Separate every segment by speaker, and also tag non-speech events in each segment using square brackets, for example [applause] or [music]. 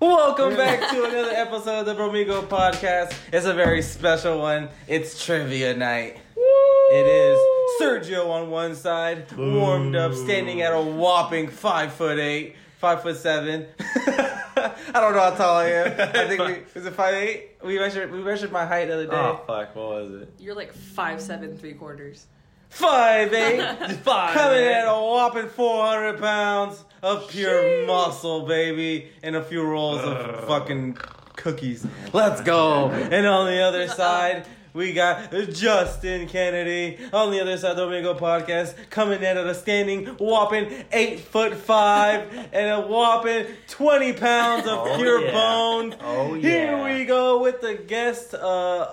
Speaker 1: Welcome back to another episode of the Bromigo podcast. It's a very special one. It's trivia night. It is Sergio on one side, warmed up, standing at a whopping five foot eight, five foot seven. [laughs] I don't know how tall I am. I think we, is it five eight? We measured we measured my height the other day.
Speaker 2: Oh fuck, what was it?
Speaker 3: You're like five seven three quarters.
Speaker 1: Five eight.
Speaker 2: [laughs] Five.
Speaker 1: Coming in at a whopping 400 pounds of pure muscle, baby, and a few rolls of fucking cookies. Let's go. And on the
Speaker 2: [laughs]
Speaker 1: other side, we got Justin Kennedy on the other side of the Omegle podcast, coming in at a standing whopping eight foot five
Speaker 2: [laughs]
Speaker 1: and a whopping 20 pounds of
Speaker 2: Oh,
Speaker 1: pure
Speaker 2: yeah.
Speaker 1: bone.
Speaker 2: Oh, yeah.
Speaker 1: Here we go with the guest, uh,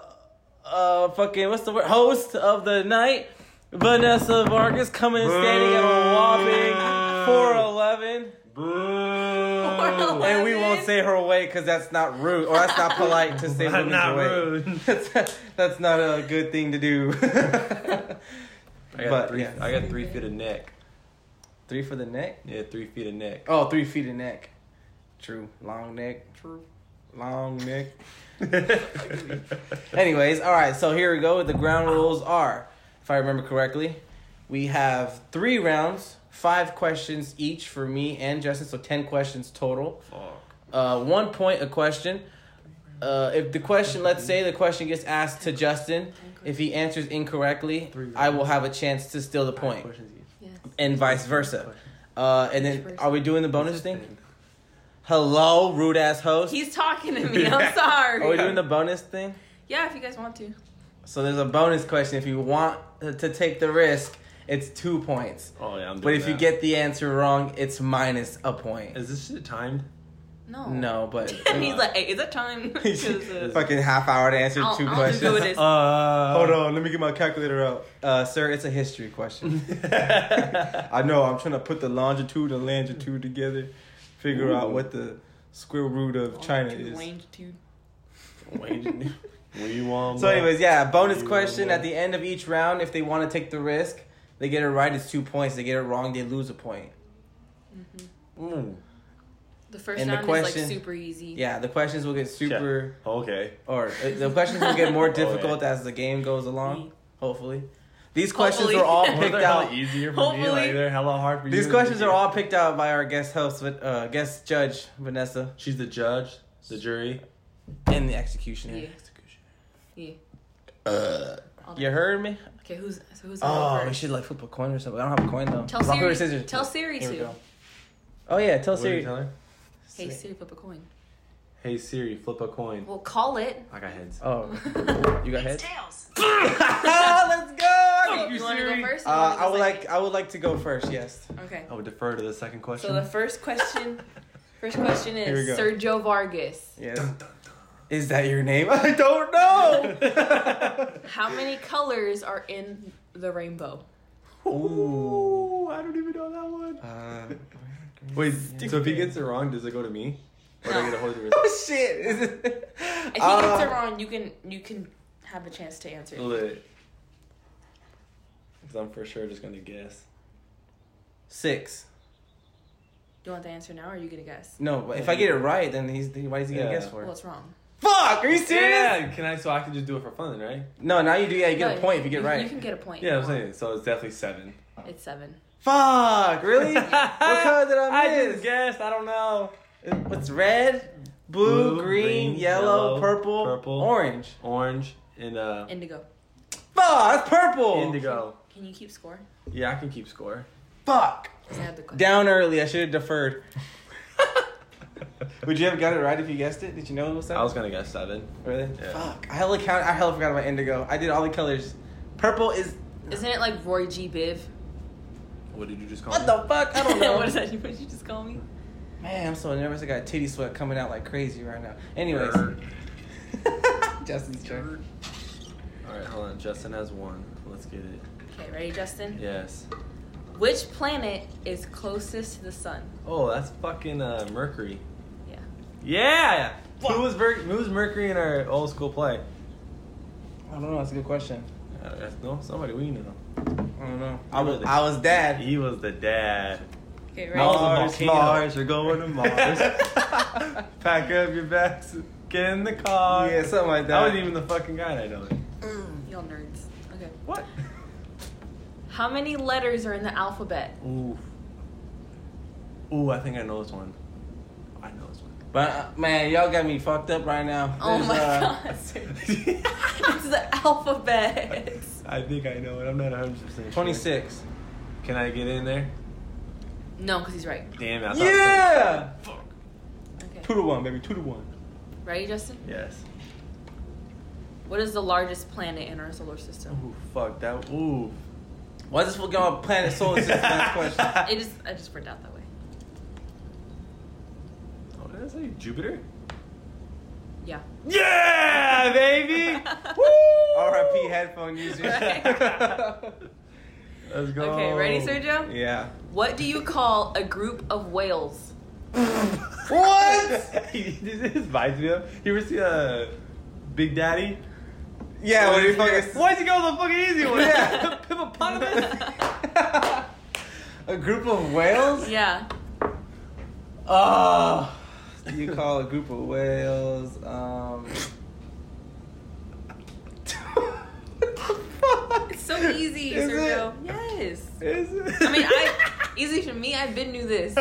Speaker 1: uh, fucking, what's the word? Host of the night, Vanessa Vargas, coming and standing at a whopping 411.
Speaker 2: Boo.
Speaker 1: And we won't say her weight because that's not rude, or that's not polite to say
Speaker 2: I'm
Speaker 1: women's
Speaker 2: not
Speaker 1: weight.
Speaker 2: rude.
Speaker 1: [laughs] That's, that's not a good thing to do. [laughs]
Speaker 2: I got
Speaker 1: But,
Speaker 2: three.
Speaker 1: yeah.
Speaker 2: I got three feet of neck.
Speaker 1: three for the neck?
Speaker 2: Yeah, three feet of [laughs] neck.
Speaker 1: Oh, three feet of neck. True. Long neck.
Speaker 3: True.
Speaker 1: Long neck. Anyways, all right. So here we go. The ground rules are, if I remember correctly, we have three rounds, five questions each for me and Justin. So ten questions total.
Speaker 2: Fuck.
Speaker 1: Uh, one point a question. Uh, if the question, let's say the question gets asked to Justin, if he answers incorrectly, I will have a chance to steal the point,
Speaker 3: Yes.
Speaker 1: and vice versa. Uh, and then, are we doing the bonus thing? Hello, rude ass host.
Speaker 3: He's talking to
Speaker 1: [laughs]
Speaker 3: me. I'm sorry.
Speaker 1: Are we doing the bonus thing?
Speaker 3: yeah, if you guys want to.
Speaker 1: So there's a bonus question. If you want to take the risk, it's two points.
Speaker 2: Oh yeah, I'm doing
Speaker 1: But if you
Speaker 2: that.
Speaker 1: get the answer wrong, it's minus a point.
Speaker 2: is this shit timed?
Speaker 3: No.
Speaker 1: No, but
Speaker 3: [laughs] and he's like, hey, is
Speaker 1: [laughs]
Speaker 3: it time? 'Cause, uh,
Speaker 1: fucking half hour to answer
Speaker 3: I'll-
Speaker 1: 2
Speaker 3: I'll
Speaker 1: questions.
Speaker 3: do
Speaker 2: [laughs]
Speaker 3: this.
Speaker 2: Uh, [laughs]
Speaker 1: Hold on, let me get my calculator out. Uh, sir, it's a history question. I know I'm trying to put the longitude and longitude together, figure out what the square root of China is.
Speaker 3: Longitude.
Speaker 2: What you want?
Speaker 1: So,
Speaker 2: bro?
Speaker 1: anyways, yeah, bonus
Speaker 2: You
Speaker 1: question
Speaker 2: will.
Speaker 1: at the end of each round. If they want to take the risk, they get it right, it's two points. They get it wrong, they lose a point.
Speaker 2: Mm.
Speaker 3: The first
Speaker 1: And the
Speaker 3: round is
Speaker 1: question-
Speaker 3: like super easy.
Speaker 1: Yeah, the questions will get super,
Speaker 2: Okay.
Speaker 1: or uh, the questions will get more
Speaker 2: [laughs] Oh, yeah.
Speaker 1: difficult as the game goes along. Hopefully, these questions
Speaker 3: Hopefully.
Speaker 1: are
Speaker 3: [laughs]
Speaker 1: all
Speaker 3: Well,
Speaker 1: picked
Speaker 2: Picked
Speaker 1: out.
Speaker 2: out easier for me.
Speaker 3: Hopefully.
Speaker 2: Like they're hella hard for you.
Speaker 1: These questions are all picked out by our guest host, with uh, guest judge Vanessa,
Speaker 2: She's the judge, the jury.
Speaker 1: and the executioner. Uh,
Speaker 3: Yeah. Yeah. All
Speaker 1: You
Speaker 3: done.
Speaker 1: heard me?
Speaker 3: Okay, who's so who's
Speaker 1: Oh,
Speaker 3: going
Speaker 1: we
Speaker 3: first?
Speaker 1: should like flip a coin or something. I don't have a coin though.
Speaker 3: Tell
Speaker 1: Rock, paper,
Speaker 3: Siri.
Speaker 1: scissors.
Speaker 3: Tell Siri
Speaker 1: Here we
Speaker 3: to.
Speaker 1: go. Oh yeah, tell
Speaker 2: What did you
Speaker 1: Siri.
Speaker 2: tell her?
Speaker 3: Hey Siri, flip a coin.
Speaker 2: Hey Siri, flip a coin.
Speaker 3: Well, call it.
Speaker 2: I got heads.
Speaker 1: Oh,
Speaker 3: [laughs]
Speaker 1: you got head.
Speaker 4: Tails.
Speaker 1: [laughs] Let's go.
Speaker 3: Oh, you want to go first?
Speaker 1: Uh,
Speaker 3: or you
Speaker 1: I
Speaker 3: wanna go
Speaker 1: would like
Speaker 3: second?
Speaker 1: I would like to go first. Yes.
Speaker 3: Okay.
Speaker 2: I would defer to the second question.
Speaker 3: So the first question. First question
Speaker 1: Here we
Speaker 3: is
Speaker 1: go.
Speaker 3: Sergio Vargas.
Speaker 1: Yes. Is that your name? [laughs] I don't know. [laughs]
Speaker 3: How many colors are in the rainbow?
Speaker 1: [laughs]
Speaker 2: Ooh, I don't even know that one.
Speaker 1: uh,
Speaker 2: Wait, so if he gets it wrong, does it go to me? Or do I get a hold of it?
Speaker 1: [laughs] oh shit! Is it?
Speaker 3: If he
Speaker 1: Uh,
Speaker 3: gets it wrong, you can you can have a chance to answer.
Speaker 2: Lit. Because I'm for sure just going to guess.
Speaker 1: Six.
Speaker 3: You want the answer now, or are you gonna guess?
Speaker 1: No, but if I get it right, then he's then why is he gonna
Speaker 2: Yeah.
Speaker 1: guess for it?
Speaker 3: Well, it's wrong.
Speaker 1: Fuck! Are you serious?
Speaker 2: Yeah, can I? So I can just do it for fun, right?
Speaker 1: No, now you do. Yeah, you get
Speaker 3: No,
Speaker 1: a point if you get right.
Speaker 3: You can get a point.
Speaker 2: Yeah, I'm saying. So it's definitely seven.
Speaker 3: It's seven.
Speaker 1: Fuck! [laughs] Really? what color did I miss?
Speaker 2: guessed. I don't know.
Speaker 1: What's red, blue,
Speaker 2: Blue,
Speaker 1: green,
Speaker 2: green,
Speaker 1: yellow,
Speaker 2: yellow,
Speaker 1: purple,
Speaker 2: purple.
Speaker 1: orange?
Speaker 2: Orange and uh,
Speaker 3: Indigo.
Speaker 1: Fuck! That's purple.
Speaker 2: indigo.
Speaker 3: Can you keep score?
Speaker 2: Yeah, I can
Speaker 1: [laughs]
Speaker 2: keep score.
Speaker 1: Fuck!
Speaker 3: I have the question.
Speaker 1: Down early. I should have deferred. [laughs] Would you have got it right if you guessed it? Did you know it was that?
Speaker 2: I was gonna guess seven.
Speaker 1: really.
Speaker 2: Yeah.
Speaker 1: Fuck! I hella count. I hella forgot about indigo. I did all the colors. Purple is
Speaker 3: [laughs] Isn't it like Roy G. Biv?
Speaker 2: What did you just call
Speaker 1: what
Speaker 2: me?
Speaker 1: the fuck? [laughs]
Speaker 3: [laughs]
Speaker 1: I don't know.
Speaker 3: what is that? What did you just call me?
Speaker 1: Man, I'm so nervous. I got titty sweat coming out like crazy right now. Anyways, [laughs] Justin's turn.
Speaker 2: All right, hold on. Justin has one. Let's get it.
Speaker 3: Okay, ready, Justin?
Speaker 2: Yes.
Speaker 3: Which planet is closest to the sun?
Speaker 2: Oh, that's fucking uh, Mercury.
Speaker 3: Yeah.
Speaker 2: Yeah. Who was Mer- who was Mercury in our old school play?
Speaker 1: I don't know. That's a good question.
Speaker 2: Uh, that's- no, somebody we know.
Speaker 1: I don't know. I
Speaker 2: Who
Speaker 1: was,
Speaker 2: are they?
Speaker 1: I was dad.
Speaker 2: He was the dad.
Speaker 3: Okay, right.
Speaker 1: Mars,
Speaker 2: Mars,
Speaker 1: volcano.
Speaker 2: Mars, you're going
Speaker 1: [laughs]
Speaker 2: to Mars. Pack up your bags, get in the car.
Speaker 1: Yeah, something like that.
Speaker 2: I wasn't even the fucking guy that I know.
Speaker 3: Mm, Y'all nerds. Okay.
Speaker 2: What?
Speaker 5: How many letters are in the alphabet?
Speaker 2: Ooh. Ooh, I think I know this one. I know
Speaker 1: [laughs]
Speaker 2: this one.
Speaker 1: [laughs] But uh, man, y'all got me fucked up right now.
Speaker 3: Oh
Speaker 1: There's,
Speaker 3: my
Speaker 1: uh, [laughs]
Speaker 3: [laughs] god. it's the alphabet.
Speaker 2: [laughs]
Speaker 1: [laughs]
Speaker 2: I think I know it. I'm not 100% sure.
Speaker 1: 26.
Speaker 2: Can I get in there?
Speaker 3: No, because he's right.
Speaker 2: Damn, I thought
Speaker 1: Yeah!
Speaker 3: Okay.
Speaker 1: Two to one, baby. Two to one.
Speaker 3: Ready, Justin?
Speaker 2: Yes.
Speaker 3: What is the largest planet in our solar system?
Speaker 2: Ooh, fuck that. Ooh.
Speaker 1: Why this fucking on planet solar system? That's the question.
Speaker 3: It is. I just worked out that way.
Speaker 2: Oh, did I say Jupiter?
Speaker 3: Yeah.
Speaker 2: Yeah, baby!
Speaker 3: [laughs]
Speaker 2: Woo!
Speaker 1: RIP headphone user.
Speaker 3: Right.
Speaker 2: Let's go.
Speaker 3: Okay. Ready,
Speaker 1: [laughs]
Speaker 3: Sergio?
Speaker 1: yeah.
Speaker 3: What do you call a group of whales?
Speaker 2: [laughs]
Speaker 1: What?
Speaker 2: this vibes me up. You ever see uh, Big Daddy?
Speaker 1: Yeah, what do you
Speaker 2: Why'd
Speaker 1: fucking.
Speaker 2: Why'd you go with the fucking easy one?
Speaker 1: Yeah.
Speaker 2: Hippopotamus?
Speaker 1: [laughs] A group of
Speaker 3: [laughs]
Speaker 1: whales?
Speaker 3: [laughs] Yeah. Ah.
Speaker 1: Oh. You call a group of whales. Um. what the fuck?
Speaker 3: It's so easy,
Speaker 1: Is
Speaker 3: Sergio.
Speaker 1: it?
Speaker 3: Yes.
Speaker 1: Is it?
Speaker 3: I mean, I easy for me. I've been knew this.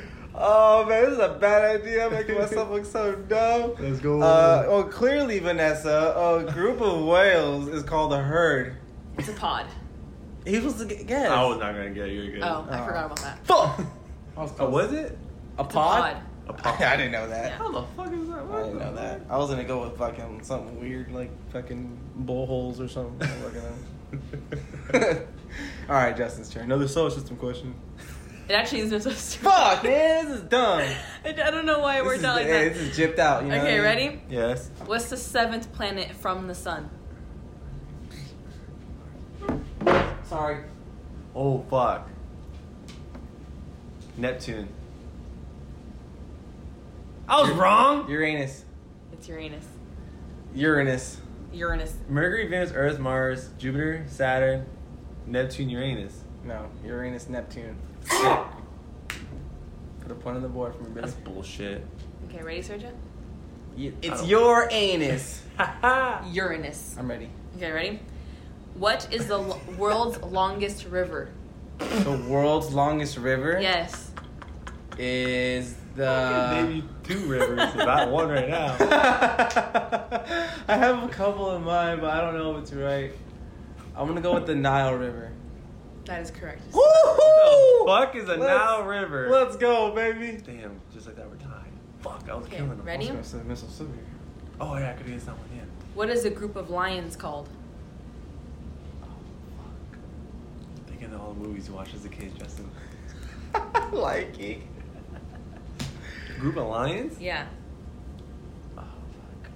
Speaker 1: [laughs] Oh man, this is a bad idea. I'm making myself look so dumb.
Speaker 2: Let's go.
Speaker 1: Uh, oh, clearly, Vanessa, a group of whales is called a herd.
Speaker 3: It's a pod.
Speaker 1: He was to g- guess.
Speaker 2: I was not gonna get it. You're good.
Speaker 3: Oh, I
Speaker 1: Oh.
Speaker 3: forgot about
Speaker 2: [laughs]
Speaker 3: that.
Speaker 1: fuck.
Speaker 2: Oh, was it?
Speaker 1: a
Speaker 3: It's a pod.
Speaker 1: pod? [laughs]
Speaker 2: A pop.
Speaker 1: I didn't know that.
Speaker 3: Yeah.
Speaker 2: How the fuck is that?
Speaker 1: I didn't know
Speaker 2: [laughs]
Speaker 1: that. I was gonna go with fucking something weird like fucking bullholes or something. I'm looking at- [laughs] All right, Justin's turn. Another solar system question.
Speaker 3: It actually is [laughs] supposed to.
Speaker 1: Fuck, man, this is dumb.
Speaker 3: I, I don't know why it
Speaker 1: This is,
Speaker 3: worked out like
Speaker 1: yeah,
Speaker 3: that.
Speaker 1: this is gypped out. You know
Speaker 3: okay,
Speaker 1: what I mean?
Speaker 3: ready?
Speaker 2: yes.
Speaker 3: What's the seventh planet from the sun?
Speaker 1: Sorry.
Speaker 2: Oh fuck. Neptune. I was wrong.
Speaker 1: Uranus.
Speaker 3: It's Uranus.
Speaker 1: Uranus.
Speaker 3: Uranus.
Speaker 2: Mercury, Venus, Earth, Mars, Jupiter, Saturn, Neptune, Uranus.
Speaker 1: No, Uranus, Neptune.
Speaker 2: [gasps]
Speaker 1: Put a point on the board for me, baby.
Speaker 2: That's [laughs] bullshit.
Speaker 3: Okay, ready, Sergio?
Speaker 1: Y- It's
Speaker 2: Oh.
Speaker 1: your anus.
Speaker 3: Uranus.
Speaker 1: I'm ready.
Speaker 3: Okay, ready? What is the lo- world's longest river?
Speaker 1: The world's longest river
Speaker 3: Yes.
Speaker 1: is
Speaker 2: Maybe
Speaker 1: the.
Speaker 2: two rivers, not one right [laughs] now.
Speaker 1: I have a couple in mind, but I don't know if it's right. I'm gonna go with the Nile River.
Speaker 3: That is correct.
Speaker 1: Woohoo!
Speaker 2: Fuck is a
Speaker 1: Let's-
Speaker 2: Nile River.
Speaker 1: Let's go, baby.
Speaker 2: Damn, just like that we're tied. Fuck, I was
Speaker 3: Okay,
Speaker 2: killing them.
Speaker 3: ready?
Speaker 1: I was gonna say Mississippi. [laughs]
Speaker 2: Oh yeah, I could do this that one. Yeah.
Speaker 3: [gasps] What is a group of lions called?
Speaker 2: Oh, Thinking of all the movies you watched as a kid, Justin.
Speaker 1: like it.
Speaker 2: Group of lions?
Speaker 3: Yeah.
Speaker 2: Oh fuck.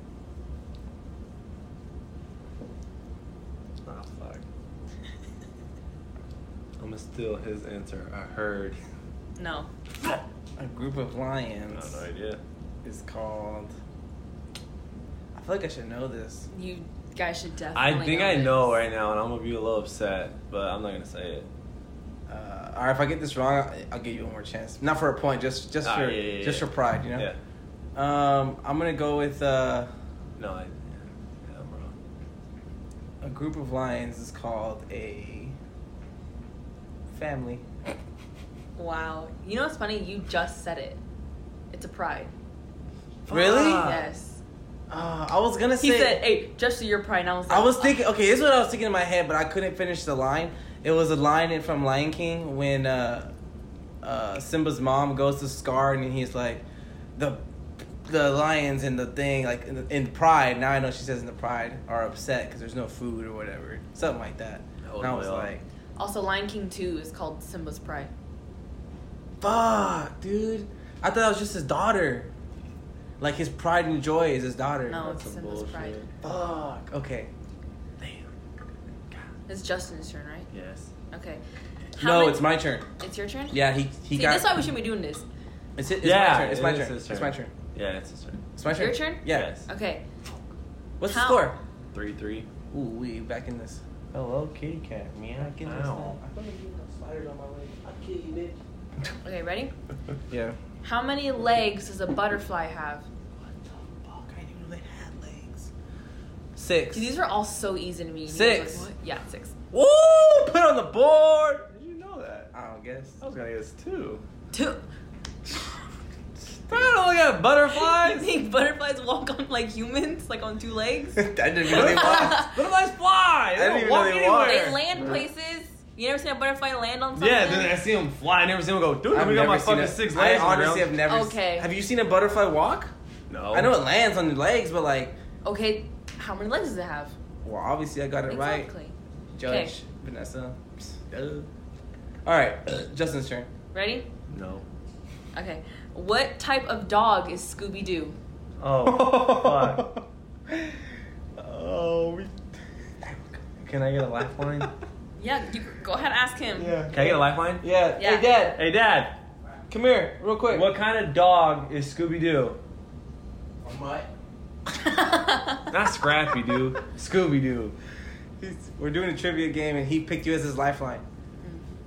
Speaker 2: Oh
Speaker 1: [laughs]
Speaker 2: fuck. I'ma steal his answer. I heard.
Speaker 3: No.
Speaker 1: A group of lions
Speaker 2: idea.
Speaker 1: is called. I feel like I should know this.
Speaker 3: You guys should definitely.
Speaker 2: I think I
Speaker 3: this.
Speaker 2: know right now, and I'm gonna be a little upset, but I'm not gonna say it.
Speaker 1: Uh, or if I get this wrong, I- I'll give you one more chance. Not for a point, just just
Speaker 2: Ah,
Speaker 1: for
Speaker 2: yeah, yeah,
Speaker 1: just
Speaker 2: yeah.
Speaker 1: for pride, you know.
Speaker 2: Yeah.
Speaker 1: Um, I'm gonna go with uh,
Speaker 2: No, I. Yeah, I'm wrong.
Speaker 1: a group of lions is called a family.
Speaker 3: Wow. You know what's funny? You just said it. It's a pride.
Speaker 1: Really?
Speaker 2: Fuck.
Speaker 3: yes.
Speaker 1: Uh, I was gonna say.
Speaker 3: He said, "Hey, just so you're pride." And I was. Like,
Speaker 1: I was
Speaker 3: "Oh."
Speaker 1: thinking. Okay, this is what I was thinking in my head, but I couldn't finish the line. It was a line in- from Lion King when uh, uh, Simba's mom goes to Scar and he's like, the the lions and the thing like in, in pride. Now I know she says in the pride are upset because there's no food or whatever, something like that.
Speaker 2: Oh,
Speaker 1: and I was
Speaker 2: well.
Speaker 1: like,
Speaker 3: Also, Lion King Two is called Simba's Pride.
Speaker 1: fuck, dude. I thought it was just his daughter. Like his pride and joy is his daughter.
Speaker 3: No,
Speaker 2: That's
Speaker 3: it's
Speaker 2: some
Speaker 3: Simba's
Speaker 2: bullshit.
Speaker 3: Pride.
Speaker 1: Fuck. Okay.
Speaker 2: Damn. God.
Speaker 3: It's Justin's turn, right?
Speaker 2: Yes.
Speaker 3: Okay.
Speaker 1: no,
Speaker 3: many-
Speaker 1: it's my turn.
Speaker 3: It's your turn.
Speaker 1: Yeah, he he
Speaker 3: See,
Speaker 1: got.
Speaker 3: that's why we should be doing this.
Speaker 1: It's, it's
Speaker 2: Yeah,
Speaker 1: my turn. It's
Speaker 2: it
Speaker 1: my
Speaker 2: is
Speaker 1: turn.
Speaker 2: his
Speaker 1: It's
Speaker 2: turn.
Speaker 1: my turn.
Speaker 2: Yeah, it's his turn.
Speaker 1: It's my turn.
Speaker 3: Your turn?
Speaker 1: Yeah.
Speaker 2: Yes.
Speaker 3: Okay.
Speaker 1: What's
Speaker 3: How-
Speaker 1: the score?
Speaker 2: Three, three.
Speaker 1: Ooh, we back in this. Hello, kitty Oh, cat. Man, I get
Speaker 2: this Ow. now.
Speaker 1: I'm gonna get no spiders on my leg. I kill you, bitch.
Speaker 3: Okay, ready?
Speaker 2: [laughs] Yeah.
Speaker 3: How many legs does a butterfly have?
Speaker 1: Fuck, I didn't know they had legs.
Speaker 2: Six.
Speaker 3: 'Cause these are all so easy to me. You guys
Speaker 1: Six.
Speaker 3: like, what? Yeah, six.
Speaker 1: Woo! Put on the board.
Speaker 2: Did you know that?
Speaker 1: I don't guess.
Speaker 2: I was gonna guess two.
Speaker 3: Two.
Speaker 1: I don't look at
Speaker 3: [laughs] You [laughs]
Speaker 1: butterflies. [laughs]
Speaker 3: think butterflies walk on like humans, like on two legs?
Speaker 1: I didn't even know they walked.
Speaker 2: Butterflies fly.
Speaker 1: I
Speaker 2: They
Speaker 1: didn't
Speaker 2: don't
Speaker 1: even know
Speaker 2: walk
Speaker 1: they
Speaker 2: anywhere.
Speaker 3: They land places. You never seen a butterfly land on something?
Speaker 2: Yeah, then I see them fly. I never see them go. Dude,
Speaker 1: I've
Speaker 2: [laughs] we got
Speaker 1: never
Speaker 2: my
Speaker 1: seen
Speaker 2: fucking
Speaker 1: a-
Speaker 2: six
Speaker 1: I
Speaker 2: legs.
Speaker 1: honestly
Speaker 2: bro.
Speaker 1: have never. s-
Speaker 3: Okay.
Speaker 1: Have you seen a butterfly walk?
Speaker 2: No.
Speaker 1: I know it lands on your legs, but like,
Speaker 3: Okay, how many legs does it have?
Speaker 1: well, obviously I got it right.
Speaker 3: Exactly.
Speaker 1: Judge
Speaker 3: Okay.
Speaker 1: Vanessa. Psst, duh.
Speaker 2: [laughs]
Speaker 1: All right, [clears throat] Justin's [laughs] turn.
Speaker 3: Ready?
Speaker 2: No.
Speaker 3: Okay. What type of dog is Scooby Doo?
Speaker 1: [laughs]
Speaker 2: Oh. fuck.
Speaker 1: oh, we.
Speaker 2: Can I get a lifeline?
Speaker 3: Yeah, you go ahead and ask him. [laughs]
Speaker 1: Yeah.
Speaker 2: Can I get a lifeline?
Speaker 1: Yeah.
Speaker 3: Yeah.
Speaker 1: Hey, Dad.
Speaker 2: Hey, Dad.
Speaker 1: Come here, real quick.
Speaker 2: What kind of dog is Scooby Doo? Not
Speaker 1: [laughs]
Speaker 2: Scrappy Doo. Scooby Doo.
Speaker 1: He's- We're doing a trivia game, and he picked you as his lifeline.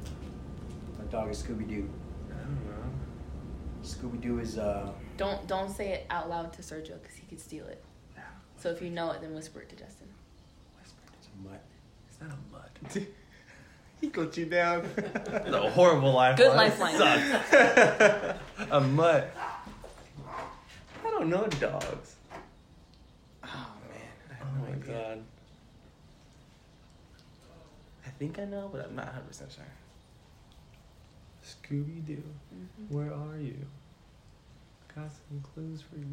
Speaker 1: [laughs]
Speaker 6: My dog is Scooby Doo.
Speaker 2: I don't know.
Speaker 6: Scooby Doo is uh.
Speaker 3: don't don't say it out loud to Sergio because he could steal it. So if you know it, then whisper it to Justin.
Speaker 6: It's a mutt.
Speaker 2: It's not a mud. [laughs]
Speaker 1: He got you down. [laughs]
Speaker 2: That's a horrible lifeline.
Speaker 3: Good lifeline.
Speaker 2: Sucks. a mutt.
Speaker 1: Oh I don't know dogs. Oh man, I have no idea.
Speaker 2: god.
Speaker 1: I think I know, but I'm not 100 percent sure.
Speaker 2: Scooby Doo,
Speaker 3: Mm-hmm.
Speaker 2: where are you? Got some clues for you.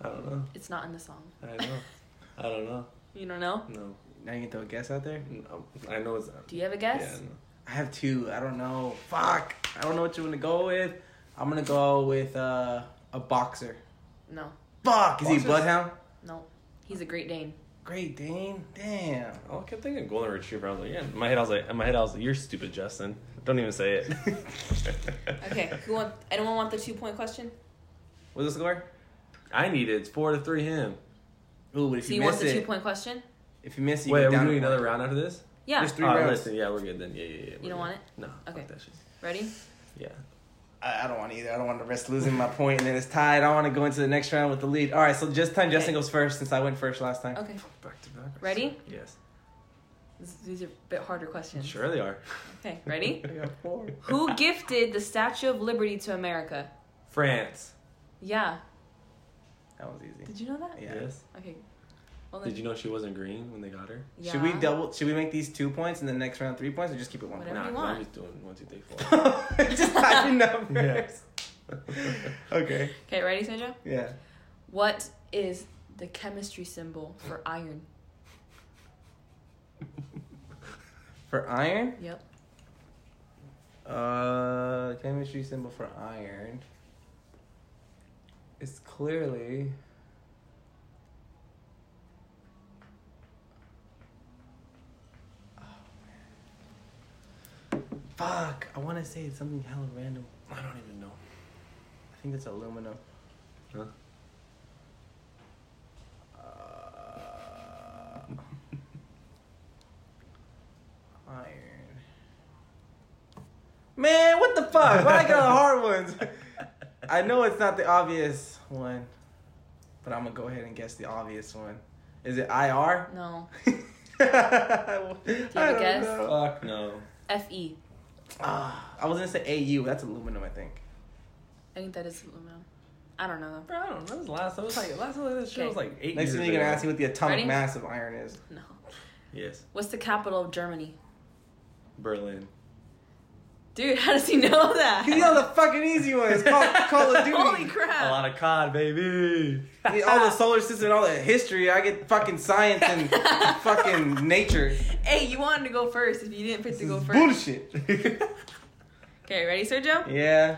Speaker 2: I don't know.
Speaker 3: It's not in the song.
Speaker 2: I know. I don't know.
Speaker 3: You don't know?
Speaker 2: No.
Speaker 1: Now you can throw a guess out there.
Speaker 2: no. I know it's not.
Speaker 3: Do you have a guess?
Speaker 2: Yeah, I know.
Speaker 1: I have two. I don't know. Fuck. I don't know what you want to go with. I'm gonna go with uh, a boxer.
Speaker 3: No,
Speaker 1: Fuck. Is he
Speaker 2: Boxers?
Speaker 1: bloodhound?
Speaker 3: no. He's a Great Dane.
Speaker 1: Great Dane. Damn.
Speaker 2: Oh, I kept thinking golden retriever. I was like, yeah. In my head, I was like, in my head, I was like, you're stupid, Justin. Don't even say it. [laughs]
Speaker 1: [laughs]
Speaker 3: Okay, who want? Anyone want the two point question?
Speaker 1: What's the score?
Speaker 2: I need it. It's four to three. Him.
Speaker 1: Ooh, but if
Speaker 3: So
Speaker 1: you
Speaker 3: you want
Speaker 1: miss
Speaker 3: the two
Speaker 1: it,
Speaker 3: point question?
Speaker 1: if you miss it, you
Speaker 2: Wait,
Speaker 1: go
Speaker 2: are we
Speaker 1: down
Speaker 2: doing
Speaker 1: a
Speaker 2: another
Speaker 1: point.
Speaker 2: round after this?
Speaker 3: Yeah.
Speaker 1: There's three
Speaker 2: All right,
Speaker 1: rounds.
Speaker 2: listen, yeah, we're good then. Yeah, yeah, yeah.
Speaker 3: You don't want it?
Speaker 2: No.
Speaker 3: Okay.
Speaker 2: Fuck that shit.
Speaker 3: Ready?
Speaker 2: Yeah.
Speaker 1: I, I don't want either. I don't want to risk losing my point and then it's tied. I want to go into the next round with the lead. All right, so just time Justin
Speaker 3: Okay.
Speaker 1: goes first since I went first last time.
Speaker 3: Okay.
Speaker 2: Back to back.
Speaker 3: Ready?
Speaker 2: Yes.
Speaker 3: This- These are a bit harder questions.
Speaker 2: Sure they are.
Speaker 3: Okay.
Speaker 2: [laughs]
Speaker 3: Ready?
Speaker 1: I got four. [laughs]
Speaker 3: who gifted the Statue of Liberty to America?
Speaker 2: France.
Speaker 3: Yeah.
Speaker 1: That was easy.
Speaker 3: Did you know that?
Speaker 1: Yeah.
Speaker 2: Yes.
Speaker 3: Okay. Well,
Speaker 2: Did you know she wasn't green when they got her?
Speaker 3: Yeah.
Speaker 1: Should we double? Should we make these two points and the next round three points, or just keep it one
Speaker 3: Whatever you
Speaker 2: 'cause
Speaker 3: want.
Speaker 2: I'm just doing one, two, three,
Speaker 3: [laughs]
Speaker 2: four. [laughs]
Speaker 1: point? [laughs] just type your numbers. okay.
Speaker 3: Okay, ready, Sergio?
Speaker 1: Yeah.
Speaker 3: What is the chemistry symbol for iron?
Speaker 1: For iron,
Speaker 3: Yep.
Speaker 1: uh, chemistry symbol for iron. It's clearly. Oh, man. Fuck! I want to say it's something hella random.
Speaker 2: I don't even know.
Speaker 1: I think that's aluminum.
Speaker 2: Huh?
Speaker 1: Uh, [laughs] iron. Man, what the fuck? Why I got the hard ones? [laughs] I know it's not the obvious one, but I'm gonna go ahead and guess the obvious one. Is it
Speaker 3: [laughs]
Speaker 1: IR?
Speaker 3: No.
Speaker 1: [laughs] I don't
Speaker 3: guess?
Speaker 1: know.
Speaker 2: Fuck no.
Speaker 3: Fe.
Speaker 1: Ah, I was gonna say AU. That's aluminum, I think.
Speaker 3: I think that is aluminum. I don't know
Speaker 2: Bro, I don't know. That was last. That was like last time this shit was like eight.
Speaker 1: Next
Speaker 2: years
Speaker 1: thing you're gonna
Speaker 2: ago.
Speaker 1: ask me what the atomic
Speaker 3: Ready?
Speaker 1: mass of iron is.
Speaker 3: though. No.
Speaker 2: Yes.
Speaker 3: What's the capital of Germany?
Speaker 2: Berlin.
Speaker 3: Dude, [laughs] how does he know
Speaker 1: You
Speaker 3: that? [laughs]
Speaker 1: know the fucking easy one. It's called Call of Duty.
Speaker 3: Holy
Speaker 2: A
Speaker 3: crap.
Speaker 2: lot of cod, baby.
Speaker 1: Yeah, all
Speaker 7: [laughs]
Speaker 1: the solar system and all that history, I get fucking science
Speaker 3: [laughs]
Speaker 1: and fucking nature.
Speaker 3: Hey, you wanted to go first if you didn't pick to go first.
Speaker 1: Bullshit.
Speaker 3: Okay, ready, Sergio?
Speaker 1: [laughs] Yeah.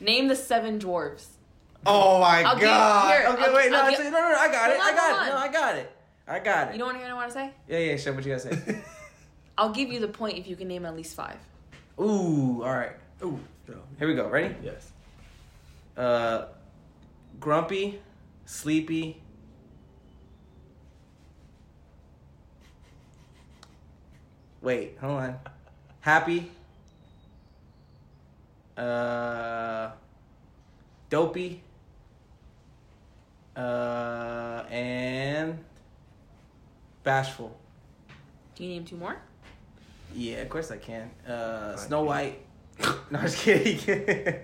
Speaker 3: Name the seven dwarves.
Speaker 1: Oh my
Speaker 3: I'll give-
Speaker 1: god.
Speaker 3: here,
Speaker 1: okay,
Speaker 3: I'll
Speaker 1: wait,
Speaker 3: gi-
Speaker 1: no,
Speaker 3: I'll
Speaker 1: I
Speaker 3: gi-
Speaker 1: said- no, no, no, I got it.
Speaker 3: Hold
Speaker 1: I
Speaker 3: on,
Speaker 1: got
Speaker 3: hold
Speaker 1: it. No,
Speaker 3: on.
Speaker 1: I got it. I got it.
Speaker 3: You don't want to hear what I want to say?
Speaker 1: yeah, yeah, sure. What you gotta say?
Speaker 3: I'll give you the point if you can name at least five.
Speaker 1: Ooh, all right. Ooh,
Speaker 2: No.
Speaker 1: here we go. Ready?
Speaker 2: Yes.
Speaker 1: Uh, grumpy, sleepy. Wait, hold on. Happy, uh, Dopey, uh, and Bashful.
Speaker 3: Do you name two more?
Speaker 1: Yeah, of course I can. Uh,
Speaker 7: Right.
Speaker 1: Snow White. [laughs] no, I'm just kidding. [laughs]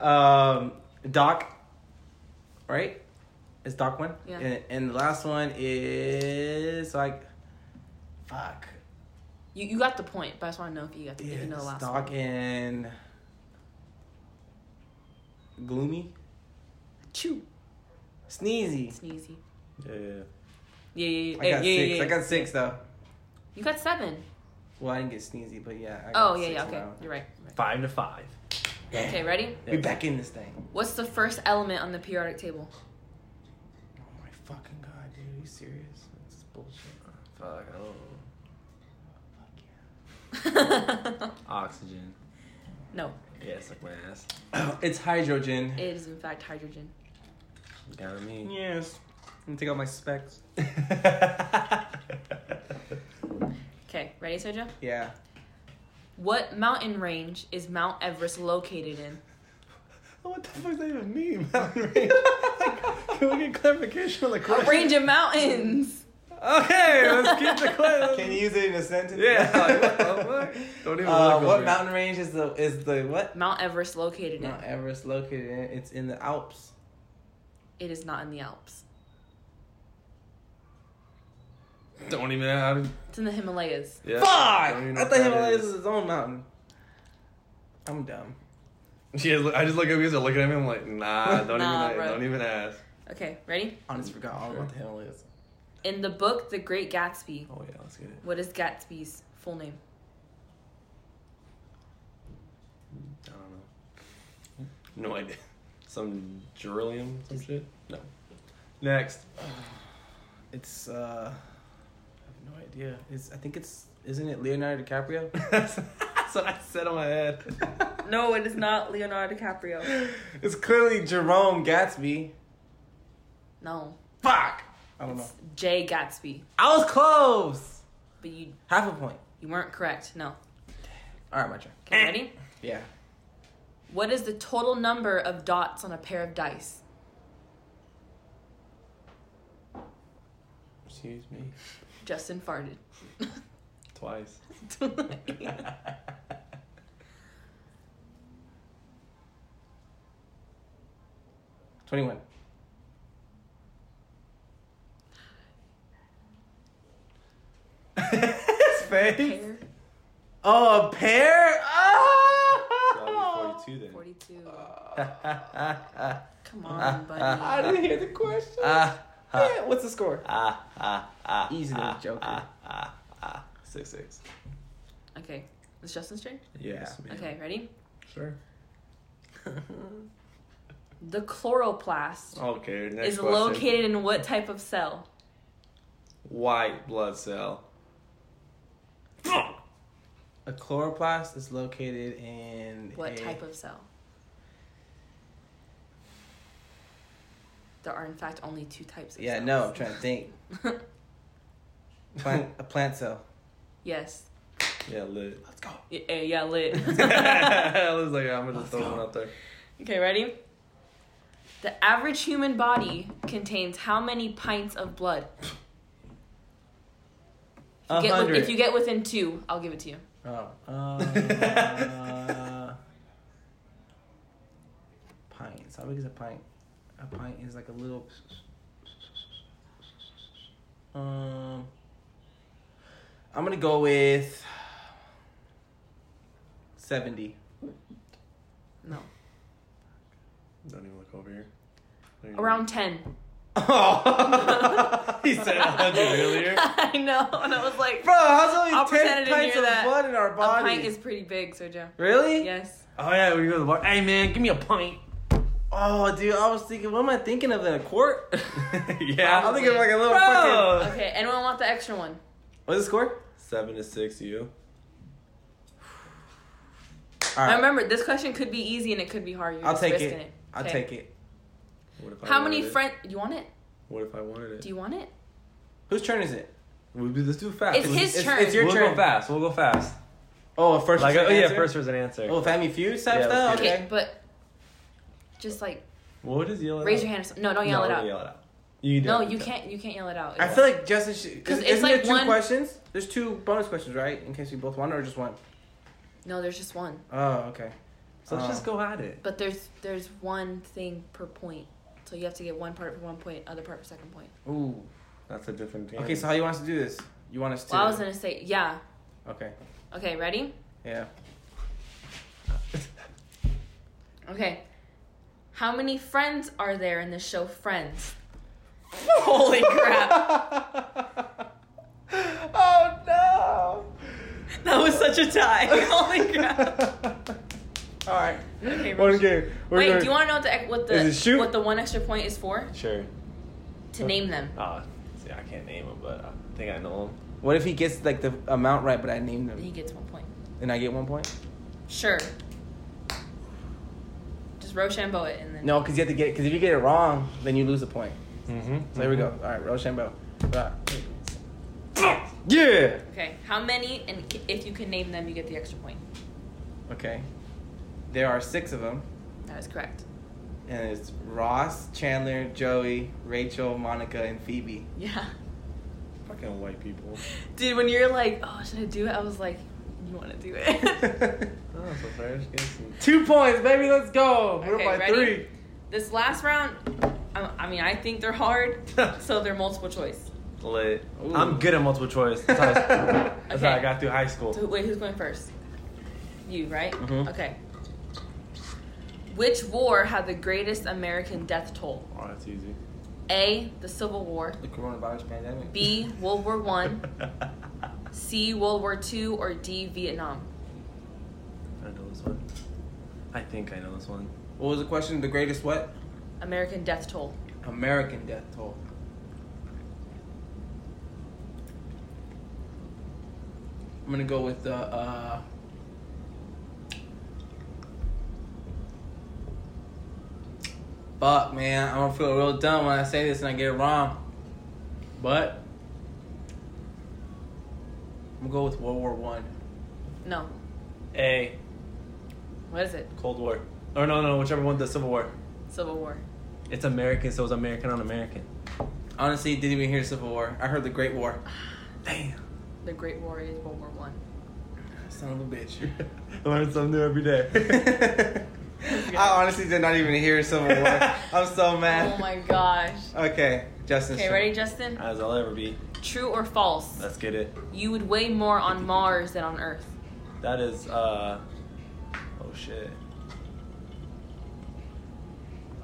Speaker 1: um, Doc. Right? It's Doc one.
Speaker 3: Yeah.
Speaker 1: And, and the last one is like, fuck.
Speaker 3: You you got the point, but I just want to know if you got the, if
Speaker 1: Yeah,
Speaker 3: you know the
Speaker 1: it's
Speaker 3: last
Speaker 1: Doc
Speaker 3: one.
Speaker 1: and Gloomy,
Speaker 3: Chew.
Speaker 1: Sneezy.
Speaker 3: Sneezy.
Speaker 2: Yeah, yeah, yeah.
Speaker 3: Yeah, yeah, Eh, yeah.
Speaker 1: I got
Speaker 3: yeah, yeah,
Speaker 1: six.
Speaker 3: yeah.
Speaker 1: I got six though.
Speaker 3: You got seven.
Speaker 1: Well, I didn't get Sneezy, but yeah. I
Speaker 3: Oh
Speaker 1: got
Speaker 3: yeah,
Speaker 1: six
Speaker 3: yeah.
Speaker 1: on
Speaker 3: Okay,
Speaker 1: that one.
Speaker 3: you're right. you're right.
Speaker 2: Five to five.
Speaker 1: Yeah.
Speaker 3: Okay, ready?
Speaker 1: We back in this thing.
Speaker 3: What's the first element on the periodic table? [laughs]
Speaker 1: Oh my fucking god, dude! Are you serious? This is bullshit.
Speaker 7: Fuck. Oh. Oxygen.
Speaker 3: no,
Speaker 7: Yeah, suck my ass.
Speaker 1: [coughs] it's hydrogen.
Speaker 3: it is in fact hydrogen.
Speaker 7: You got me.
Speaker 1: [laughs] yes. I'm gonna take out my [laughs] specs.
Speaker 3: Okay, ready, Sergio?
Speaker 1: Yeah.
Speaker 3: What mountain range is Mount Everest
Speaker 1: [laughs]
Speaker 3: located in?
Speaker 1: Oh,
Speaker 2: What the fuck does that even mean? Mountain range? like, can we get clarification on the
Speaker 3: A
Speaker 2: question?
Speaker 3: range
Speaker 1: [laughs]
Speaker 3: of mountains.
Speaker 2: Okay, let's keep the
Speaker 7: [laughs]
Speaker 2: question.
Speaker 1: Can you use it in a sentence?
Speaker 2: Yeah. [laughs] like, what the fuck? Don't even
Speaker 1: Uh,
Speaker 2: look over
Speaker 1: what
Speaker 2: it.
Speaker 1: mountain range is the is the what?
Speaker 3: Mount Everest located in.
Speaker 1: Mount Everest located in? It's in the Alps. E-
Speaker 3: It is not in the Alps.
Speaker 7: Don't even know how to.
Speaker 3: It's in the Himalayas.
Speaker 7: Yeah.
Speaker 1: Fuck!
Speaker 7: Don't
Speaker 1: I
Speaker 7: even know
Speaker 1: thought
Speaker 7: what that
Speaker 1: Himalayas
Speaker 7: is.
Speaker 1: is its own mountain. I'm dumb.
Speaker 7: She has, I just look at me, so looking at me, I'm like,
Speaker 1: [laughs]
Speaker 7: nah, don't
Speaker 3: Nah,
Speaker 7: even,
Speaker 3: bro.
Speaker 7: don't even ask.
Speaker 3: Okay, ready?
Speaker 1: Honestly, forgot all about the Himalayas.
Speaker 3: In the book The Great Gatsby,
Speaker 7: Oh yeah, let's get it.
Speaker 3: what is Gatsby's full name?
Speaker 7: I don't know. No idea. [laughs] Some gerilium, some shit. No. Next.
Speaker 1: It's uh, I have no idea. It's I think it's isn't it Leonardo DiCaprio?
Speaker 7: That's what I said on my head.
Speaker 3: No, it is not Leonardo DiCaprio.
Speaker 1: [laughs] it's clearly Jerome Gatsby.
Speaker 3: [gasps] No,
Speaker 1: Fuck! I don't know.
Speaker 3: it's Jay Gatsby.
Speaker 1: I was close.
Speaker 3: But you
Speaker 1: Half a point.
Speaker 3: you weren't correct. No.
Speaker 1: All right, my turn.
Speaker 3: Okay, ready?
Speaker 1: Yeah.
Speaker 3: What is the total number of dots on a pair of dice?
Speaker 7: Excuse me.
Speaker 3: Justin
Speaker 1: [laughs]
Speaker 3: farted.
Speaker 7: Twice. [laughs]
Speaker 1: Twenty-one. His face.
Speaker 3: [laughs] Pair
Speaker 1: Oh, a [laughs] pear.
Speaker 7: That'll
Speaker 1: Oh.
Speaker 7: be 42 then.
Speaker 3: 42.
Speaker 1: Ah,
Speaker 3: Come on,
Speaker 1: I
Speaker 3: buddy.
Speaker 1: didn't hear the question.
Speaker 7: Ah,
Speaker 1: Yeah, what's the score?
Speaker 7: ah, ah, ah.
Speaker 1: Easy little
Speaker 7: ah,
Speaker 1: joker.
Speaker 7: Ah, ah, ah. Six, six.
Speaker 3: Okay. It's Justin's turn?
Speaker 7: Yes, man.
Speaker 3: Okay, ready?
Speaker 2: Sure.
Speaker 3: The
Speaker 2: Oh,
Speaker 7: [laughs]
Speaker 3: chloroplast
Speaker 7: Okay, next
Speaker 3: is
Speaker 7: question.
Speaker 3: located in what type of cell?
Speaker 7: White blood cell.
Speaker 1: A chloroplast is located in
Speaker 3: What
Speaker 1: a-
Speaker 3: type of cell? There are, in fact, only two types of
Speaker 1: Yeah,
Speaker 3: cells.
Speaker 1: no, I'm
Speaker 3: [laughs]
Speaker 1: trying to think. Plant, a plant cell.
Speaker 3: yes.
Speaker 7: Yeah, [laughs] lit.
Speaker 1: Let's go.
Speaker 3: Y- eh, yeah, lit. [laughs]
Speaker 7: I was like, I'm gonna just throw one out there.
Speaker 3: okay, ready? The average human body contains how many pints of blood?
Speaker 1: A
Speaker 3: Get with,
Speaker 1: hundred.
Speaker 3: if you get within two, I'll give it to you.
Speaker 1: Oh. Uh, pints. How big is a [laughs] pint? A pint is like a little. Um. I'm gonna go with
Speaker 7: [laughs]
Speaker 1: seventy.
Speaker 3: No.
Speaker 7: Don't even look over here. There you
Speaker 2: Hmm.
Speaker 7: go.
Speaker 3: Around 10.
Speaker 1: Oh,
Speaker 7: He said 100 earlier.
Speaker 3: [laughs] I know. And I was like,
Speaker 1: bro, how's only
Speaker 3: I'll pretend I
Speaker 1: ten
Speaker 3: didn't
Speaker 1: pints
Speaker 3: hear
Speaker 1: of
Speaker 3: that.
Speaker 1: blood in our
Speaker 3: a
Speaker 1: body?
Speaker 3: pint is pretty big, Sergio.
Speaker 1: really?
Speaker 3: Yes.
Speaker 7: Oh yeah, we go to the bar. Hey man, give me a pint.
Speaker 1: Oh, dude, I was thinking, what am I thinking of in a quart?
Speaker 7: [laughs] yeah.
Speaker 1: I'm thinking of like a little fucking.
Speaker 3: Okay, anyone want the extra one?
Speaker 1: What's the score?
Speaker 7: Seven to six, you.
Speaker 1: All
Speaker 3: Now remember, this question could be easy and it could be hard. You're
Speaker 1: I'll
Speaker 3: just
Speaker 1: take
Speaker 3: risking
Speaker 1: it. I'll
Speaker 3: Okay.
Speaker 1: take it.
Speaker 7: What if
Speaker 3: How many
Speaker 7: wanted it?
Speaker 3: friends? You want it?
Speaker 7: What if I wanted it?
Speaker 3: Do you want it?
Speaker 1: Whose turn is it?
Speaker 7: We'll do this too fast.
Speaker 3: It's his
Speaker 1: it's-
Speaker 3: turn.
Speaker 1: it's your
Speaker 7: we'll
Speaker 1: turn.
Speaker 7: go fast. We'll go fast.
Speaker 1: Oh, a first
Speaker 2: Like,
Speaker 1: was
Speaker 2: oh
Speaker 1: an
Speaker 2: yeah,
Speaker 1: answer?
Speaker 2: first was an answer.
Speaker 1: Oh, Family Feud type
Speaker 2: Yeah, let's
Speaker 1: style.
Speaker 2: do
Speaker 1: Okay.
Speaker 3: Okay, but just like
Speaker 2: Well, just yell it
Speaker 3: raise
Speaker 2: out.
Speaker 3: your hand. Or something. No, don't yell
Speaker 2: no,
Speaker 3: it out.
Speaker 2: Yell it out. You do.
Speaker 3: no,
Speaker 2: it.
Speaker 3: you can't. You can't yell it out.
Speaker 1: I feel like Justin. Should,
Speaker 3: 'Cause
Speaker 1: is,
Speaker 3: it's
Speaker 1: isn't there
Speaker 3: like
Speaker 1: two
Speaker 3: one-
Speaker 1: questions? There's two bonus questions, right? In case we both won, or just one.
Speaker 3: no, there's just one.
Speaker 1: Oh, okay.
Speaker 2: So let's
Speaker 1: Uh,
Speaker 2: just go at it.
Speaker 3: But there's there's one thing per point. So you have to get one part for one point, other part for second point.
Speaker 1: Ooh.
Speaker 2: That's a different game.
Speaker 1: Okay, so how you want us to do this? You want us to?
Speaker 3: Well, I was gonna say yeah.
Speaker 1: okay.
Speaker 3: Okay, ready?
Speaker 1: Yeah.
Speaker 3: [laughs]
Speaker 2: [laughs]
Speaker 3: Okay. How many friends are there in the show [laughs] Friends?
Speaker 1: Holy
Speaker 2: crap. [laughs] oh no.
Speaker 3: That was such a tie. [laughs] Holy crap.
Speaker 1: All right.
Speaker 2: [laughs]
Speaker 3: Okay,
Speaker 2: One
Speaker 3: Rich.
Speaker 2: game. We're
Speaker 3: Wait,
Speaker 2: gonna-
Speaker 3: do you want to know what the, ex- what
Speaker 2: Is it
Speaker 3: the
Speaker 2: shoot?
Speaker 3: what the one extra point is for?
Speaker 2: Sure.
Speaker 3: To name them.
Speaker 2: Ah, see, I can't name him, but I think I know him.
Speaker 1: What if he gets like the amount right, but I named
Speaker 3: Then
Speaker 1: him
Speaker 3: he gets one point.
Speaker 1: and I get one point?
Speaker 3: Sure. Just Rochambeau it and then.
Speaker 1: No, because you have to get. Because if you get it wrong, then you lose a point.
Speaker 2: Mm-hmm.
Speaker 1: So there we go. All right, Rochambeau. Right. Yeah.
Speaker 3: Okay. How many? And c- if you can name them, you get the extra point.
Speaker 1: Okay. There are six of them,
Speaker 3: That is correct.
Speaker 1: and it's Ross, Chandler, Joey, Rachel, Monica, and Phoebe. [laughs]
Speaker 3: Yeah.
Speaker 2: Fucking white people.
Speaker 3: [laughs] Dude, when you're like, oh, should I do it? I was like, you want to do
Speaker 2: [laughs]
Speaker 3: it.
Speaker 2: Oh, so [laughs] Ferris gets some.
Speaker 1: Two points, baby. Let's go. We're
Speaker 3: Okay,
Speaker 1: by
Speaker 3: ready?
Speaker 1: three.
Speaker 3: this last round, I, I mean, I think they're hard, so they're multiple choice.
Speaker 2: Lit.
Speaker 1: Ooh.
Speaker 2: I'm good at multiple choice. That's, [laughs] how I, that's how I
Speaker 3: Okay.
Speaker 2: got through high school.
Speaker 3: So wait, who's going first? You, right?
Speaker 1: Mhm.
Speaker 3: Okay. Which war had the greatest American death toll?
Speaker 2: Oh, that's easy.
Speaker 3: A. The Civil War.
Speaker 1: The coronavirus pandemic.
Speaker 3: B. World War One.
Speaker 2: [laughs]
Speaker 3: C. World War Two. Or D. Vietnam.
Speaker 2: I know this one. I think I know this one.
Speaker 1: What was the question? The greatest what?
Speaker 3: American death toll.
Speaker 1: American death toll. I'm gonna go with the. Uh, fuck, man. I'm gonna feel real dumb when I say this and I get it wrong. But I'm gonna go with World War One.
Speaker 3: No.
Speaker 2: A.
Speaker 3: What is it?
Speaker 2: Cold War. Or no, no, whichever one. The Civil War.
Speaker 3: Civil War.
Speaker 2: It's American, so it's American on American.
Speaker 1: Honestly, didn't even hear Civil War. I heard the Great War. [sighs]
Speaker 2: Damn.
Speaker 3: The Great War is World War One.
Speaker 1: Son of a bitch.
Speaker 2: [laughs] Learn something new
Speaker 1: [laughs]
Speaker 2: every [laughs] day.
Speaker 1: I honestly did not even hear Civil
Speaker 2: [laughs]
Speaker 1: War. I'm so mad.
Speaker 3: Oh my gosh.
Speaker 1: Okay, Justin.
Speaker 3: Okay, ready, Justin?
Speaker 2: As I'll ever be.
Speaker 3: True or false?
Speaker 2: Let's get it.
Speaker 3: You would weigh more on Mars than on Earth.
Speaker 2: That is, uh. Oh shit.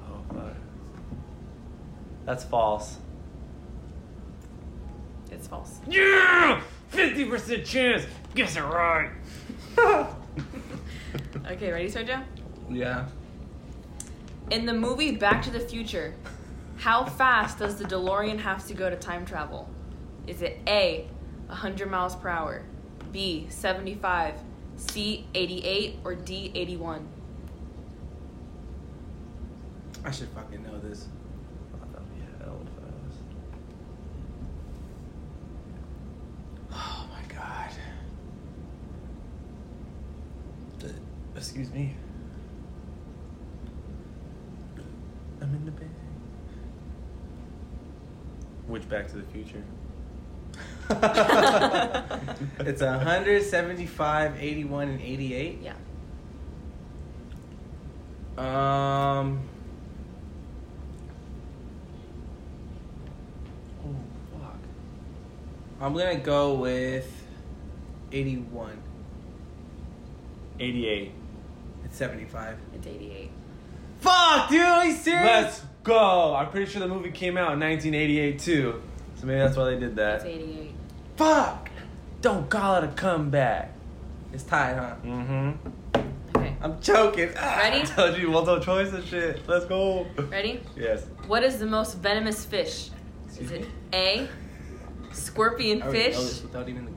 Speaker 2: Oh fuck. That's false.
Speaker 3: It's false.
Speaker 2: Yeah! 50% chance! Guess it right!
Speaker 3: Okay, ready, Sergio?
Speaker 1: Yeah.
Speaker 3: In the movie Back to the Future, how fast does the DeLorean have to go to time travel? Is it A, 100 miles per hour, B, 75, C, 88, or D, 81?
Speaker 1: I should fucking know this.
Speaker 2: That'd be hell fast.
Speaker 1: Oh my god.
Speaker 2: Excuse me. I'm in the bag. Which Back to the Future?
Speaker 1: [laughs] it's 175, 81, and 88.
Speaker 3: Yeah.
Speaker 1: Um.
Speaker 2: Oh fuck.
Speaker 1: I'm gonna go with 81.
Speaker 2: 88.
Speaker 1: It's 75.
Speaker 3: It's 88.
Speaker 1: Fuck, dude, are you serious?
Speaker 2: Let's go! I'm pretty sure the movie came out in 1988 too. So maybe that's why they did
Speaker 3: It's
Speaker 2: that.
Speaker 3: 88.
Speaker 1: Fuck!
Speaker 2: Don't call it a comeback.
Speaker 1: It's tied, huh?
Speaker 2: Mm-hmm.
Speaker 3: Okay.
Speaker 1: I'm joking. Ah,
Speaker 2: I
Speaker 3: Ready?
Speaker 2: told you multiple choice and shit. Let's go.
Speaker 3: Ready?
Speaker 2: [laughs] Yes.
Speaker 3: What is the most venomous fish? Is it A, scorpion
Speaker 1: Oh,
Speaker 3: fish,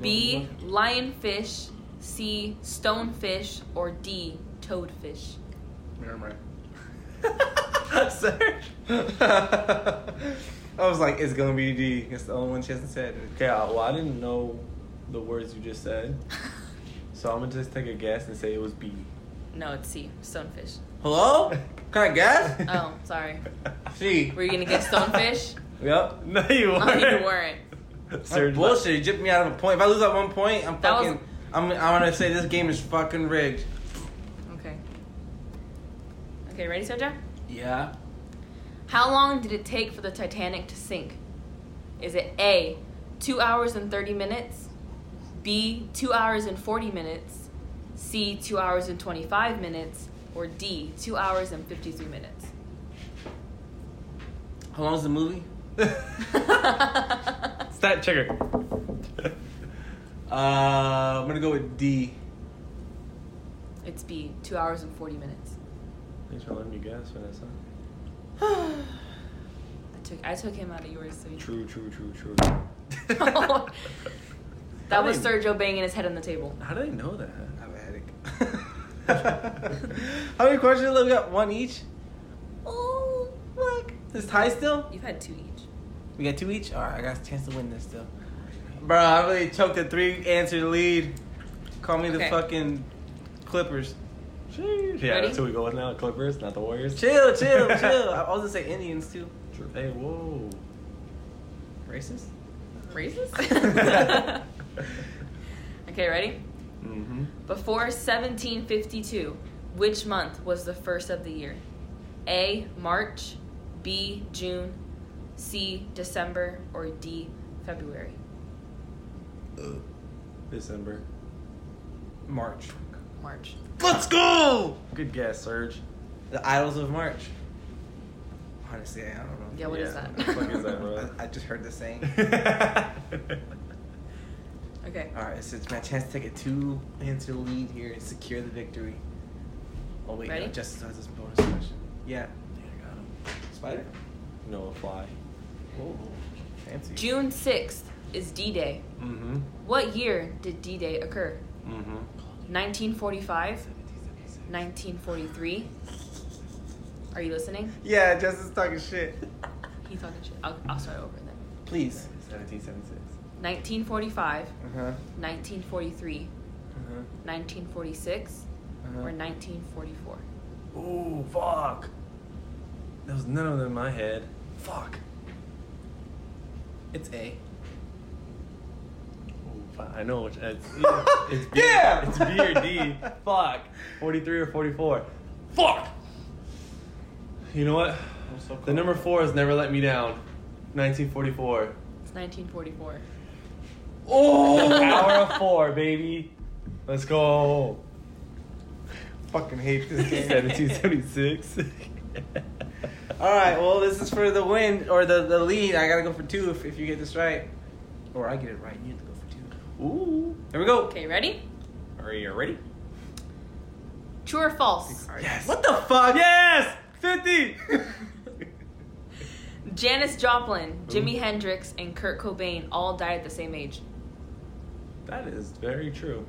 Speaker 3: B, lionfish, C, stonefish, or D, toadfish?
Speaker 1: Never mind.
Speaker 2: [laughs] Serge.
Speaker 1: I was like, it's gonna be D. It's the only one she hasn't said.
Speaker 2: Okay, uh, well, I didn't know the words you just said. So I'm gonna just take a guess and say it was B. [laughs]
Speaker 3: [laughs] No, it's C. Stonefish.
Speaker 1: Hello? Can I guess?
Speaker 3: Oh, sorry.
Speaker 1: She.
Speaker 3: Were you gonna get stonefish?
Speaker 1: Yep.
Speaker 2: No, you
Speaker 3: oh,
Speaker 2: weren't.
Speaker 3: you weren't.
Speaker 1: That's
Speaker 2: Surge
Speaker 1: bullshit. You jipped me out of a point. If I lose that one point, I'm
Speaker 3: That was-
Speaker 1: fucking. I'm, I'm gonna say this game is fucking rigged.
Speaker 3: Okay. Okay, ready, Soja?
Speaker 8: Yeah.
Speaker 3: How long did it take for the Titanic to sink? Is it A, 2 hours and 30 minutes? B, 2 hours and 40 minutes? C, 2 hours and 25 minutes? Or D, 2 hours and 53 minutes?
Speaker 1: How long is the movie?
Speaker 2: [laughs] Stat checker.
Speaker 1: Uh, I'm gonna go with D.
Speaker 3: it's B, 2 hours and 40 minutes.
Speaker 2: Thanks for letting me guess, Vanessa.
Speaker 3: I took, I took him out of yours, so you
Speaker 2: True, true, true, true.
Speaker 3: That was Sergio banging his head on the table.
Speaker 2: How did I know that?
Speaker 1: I have a headache. [laughs] How many questions? Look, we got one each. Oh, look. Is tie still?
Speaker 3: You've had two each.
Speaker 1: We got two each? Alright, I got a chance to win this still. Bro, I really choked a three answer lead. Call me the
Speaker 3: Okay.
Speaker 1: fucking Clippers.
Speaker 2: Jeez. Yeah,
Speaker 3: Ready?
Speaker 2: that's who we go with now. Clippers, not the Warriors.
Speaker 1: Chill,
Speaker 2: [laughs]
Speaker 1: chill, chill. I was gonna say Indians too.
Speaker 2: True. [laughs] Hey, whoa.
Speaker 1: Racist?
Speaker 3: Racist? [laughs] okay, ready?
Speaker 2: mm-hmm.
Speaker 3: Before 1752, which month was the first of the year? A. March, B. June, C. December, or D. February?
Speaker 2: December.
Speaker 1: March.
Speaker 3: March.
Speaker 1: Let's go!
Speaker 2: Good guess, Serge.
Speaker 1: The Idols of March. Honestly, I don't know.
Speaker 3: Yeah, what is
Speaker 2: Yeah,
Speaker 3: that?
Speaker 2: what the fuck is that, bro?
Speaker 1: [laughs] I, I just heard the saying.
Speaker 2: [laughs]
Speaker 3: okay.
Speaker 1: Alright, so it's my chance to take a two answer lead here and secure the victory. Oh, wait,
Speaker 3: Ready?
Speaker 1: no, Justice has this bonus question. Yeah. Spider?
Speaker 2: Noah Fly.
Speaker 1: Oh, fancy.
Speaker 3: June 6th is D Day.
Speaker 2: Mm-hmm.
Speaker 3: What year did D Day occur?
Speaker 2: Mm-hmm.
Speaker 3: 1945, 1943. Are you listening?
Speaker 1: Yeah, Justice talking shit.
Speaker 3: He talking shit. I'll, I'll start over then.
Speaker 1: Please.
Speaker 2: 1776.
Speaker 3: 1945,
Speaker 1: Uh huh.
Speaker 3: 1943,
Speaker 1: Uh
Speaker 3: 1946,
Speaker 1: huh.
Speaker 3: or 1944.
Speaker 2: Ooh, fuck. There was none of them in my head. Fuck.
Speaker 1: It's A.
Speaker 2: Ooh, fuck. I know which. uh, It's, it's B,
Speaker 1: Yeah!
Speaker 2: It's B or D. fuck. 43 or 44. Fuck! You know what? The number four has never let me down. [laughs] 1944.
Speaker 3: It's 1944.
Speaker 1: Oh!
Speaker 2: Hour of four, baby. Let's go.
Speaker 1: fucking hate [laughs] this game.
Speaker 2: [laughs] 1776.
Speaker 1: All right. Well, this is for the win or the, the lead. I gotta go for two if, if you get this right, or I get it right. You have to go for two.
Speaker 2: Ooh.
Speaker 1: Here we go.
Speaker 3: Okay, ready?
Speaker 2: Are you ready?
Speaker 3: True or false?
Speaker 2: Yes.
Speaker 1: What the fuck?
Speaker 2: Yes! 50!
Speaker 3: Janis Joplin, Jimi Hendrix, and Kurt Cobain all died at the same age.
Speaker 2: that is very true.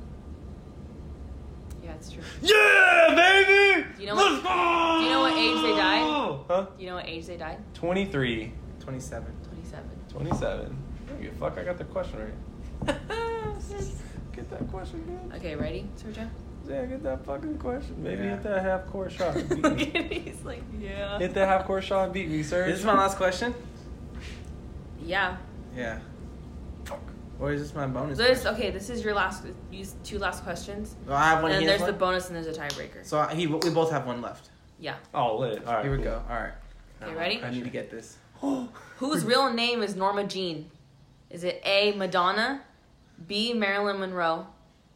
Speaker 3: Yeah, it's true.
Speaker 2: Yeah, baby!
Speaker 3: Do you know
Speaker 2: Let's go!
Speaker 3: do you know what age they died?
Speaker 2: Huh?
Speaker 3: Do you know what age they died?
Speaker 2: 23,
Speaker 1: [laughs] Twenty-seven.
Speaker 3: 27.
Speaker 1: [laughs]
Speaker 2: 27. Thank you. Fuck, I got the question right. get that question, man.
Speaker 3: Okay, ready,
Speaker 1: [laughs]
Speaker 3: Sergio?
Speaker 2: Yeah, get that fucking question. Maybe
Speaker 1: Yeah.
Speaker 2: hit that half court shot.
Speaker 3: [laughs]
Speaker 2: and beat me.
Speaker 3: He's like, yeah.
Speaker 2: hit that half court shot and beat me, sir.
Speaker 1: Is this my last question?
Speaker 3: Yeah.
Speaker 1: Yeah. Or is this my bonus?
Speaker 3: So this
Speaker 1: question?
Speaker 3: okay. This is your last, these two last questions,
Speaker 1: Well, I have
Speaker 3: and
Speaker 1: one.
Speaker 3: then
Speaker 1: he has
Speaker 3: there's the
Speaker 1: one.
Speaker 3: bonus, and there's a tiebreaker.
Speaker 1: So I, he, we both have one left.
Speaker 3: Yeah.
Speaker 2: Oh, lit. All right.
Speaker 1: Here we
Speaker 2: cool.
Speaker 1: go. All right.
Speaker 3: Okay, ready?
Speaker 1: I need to get this.
Speaker 3: Whose real name is Norma Jean? Is it A. Madonna, B. Marilyn Monroe,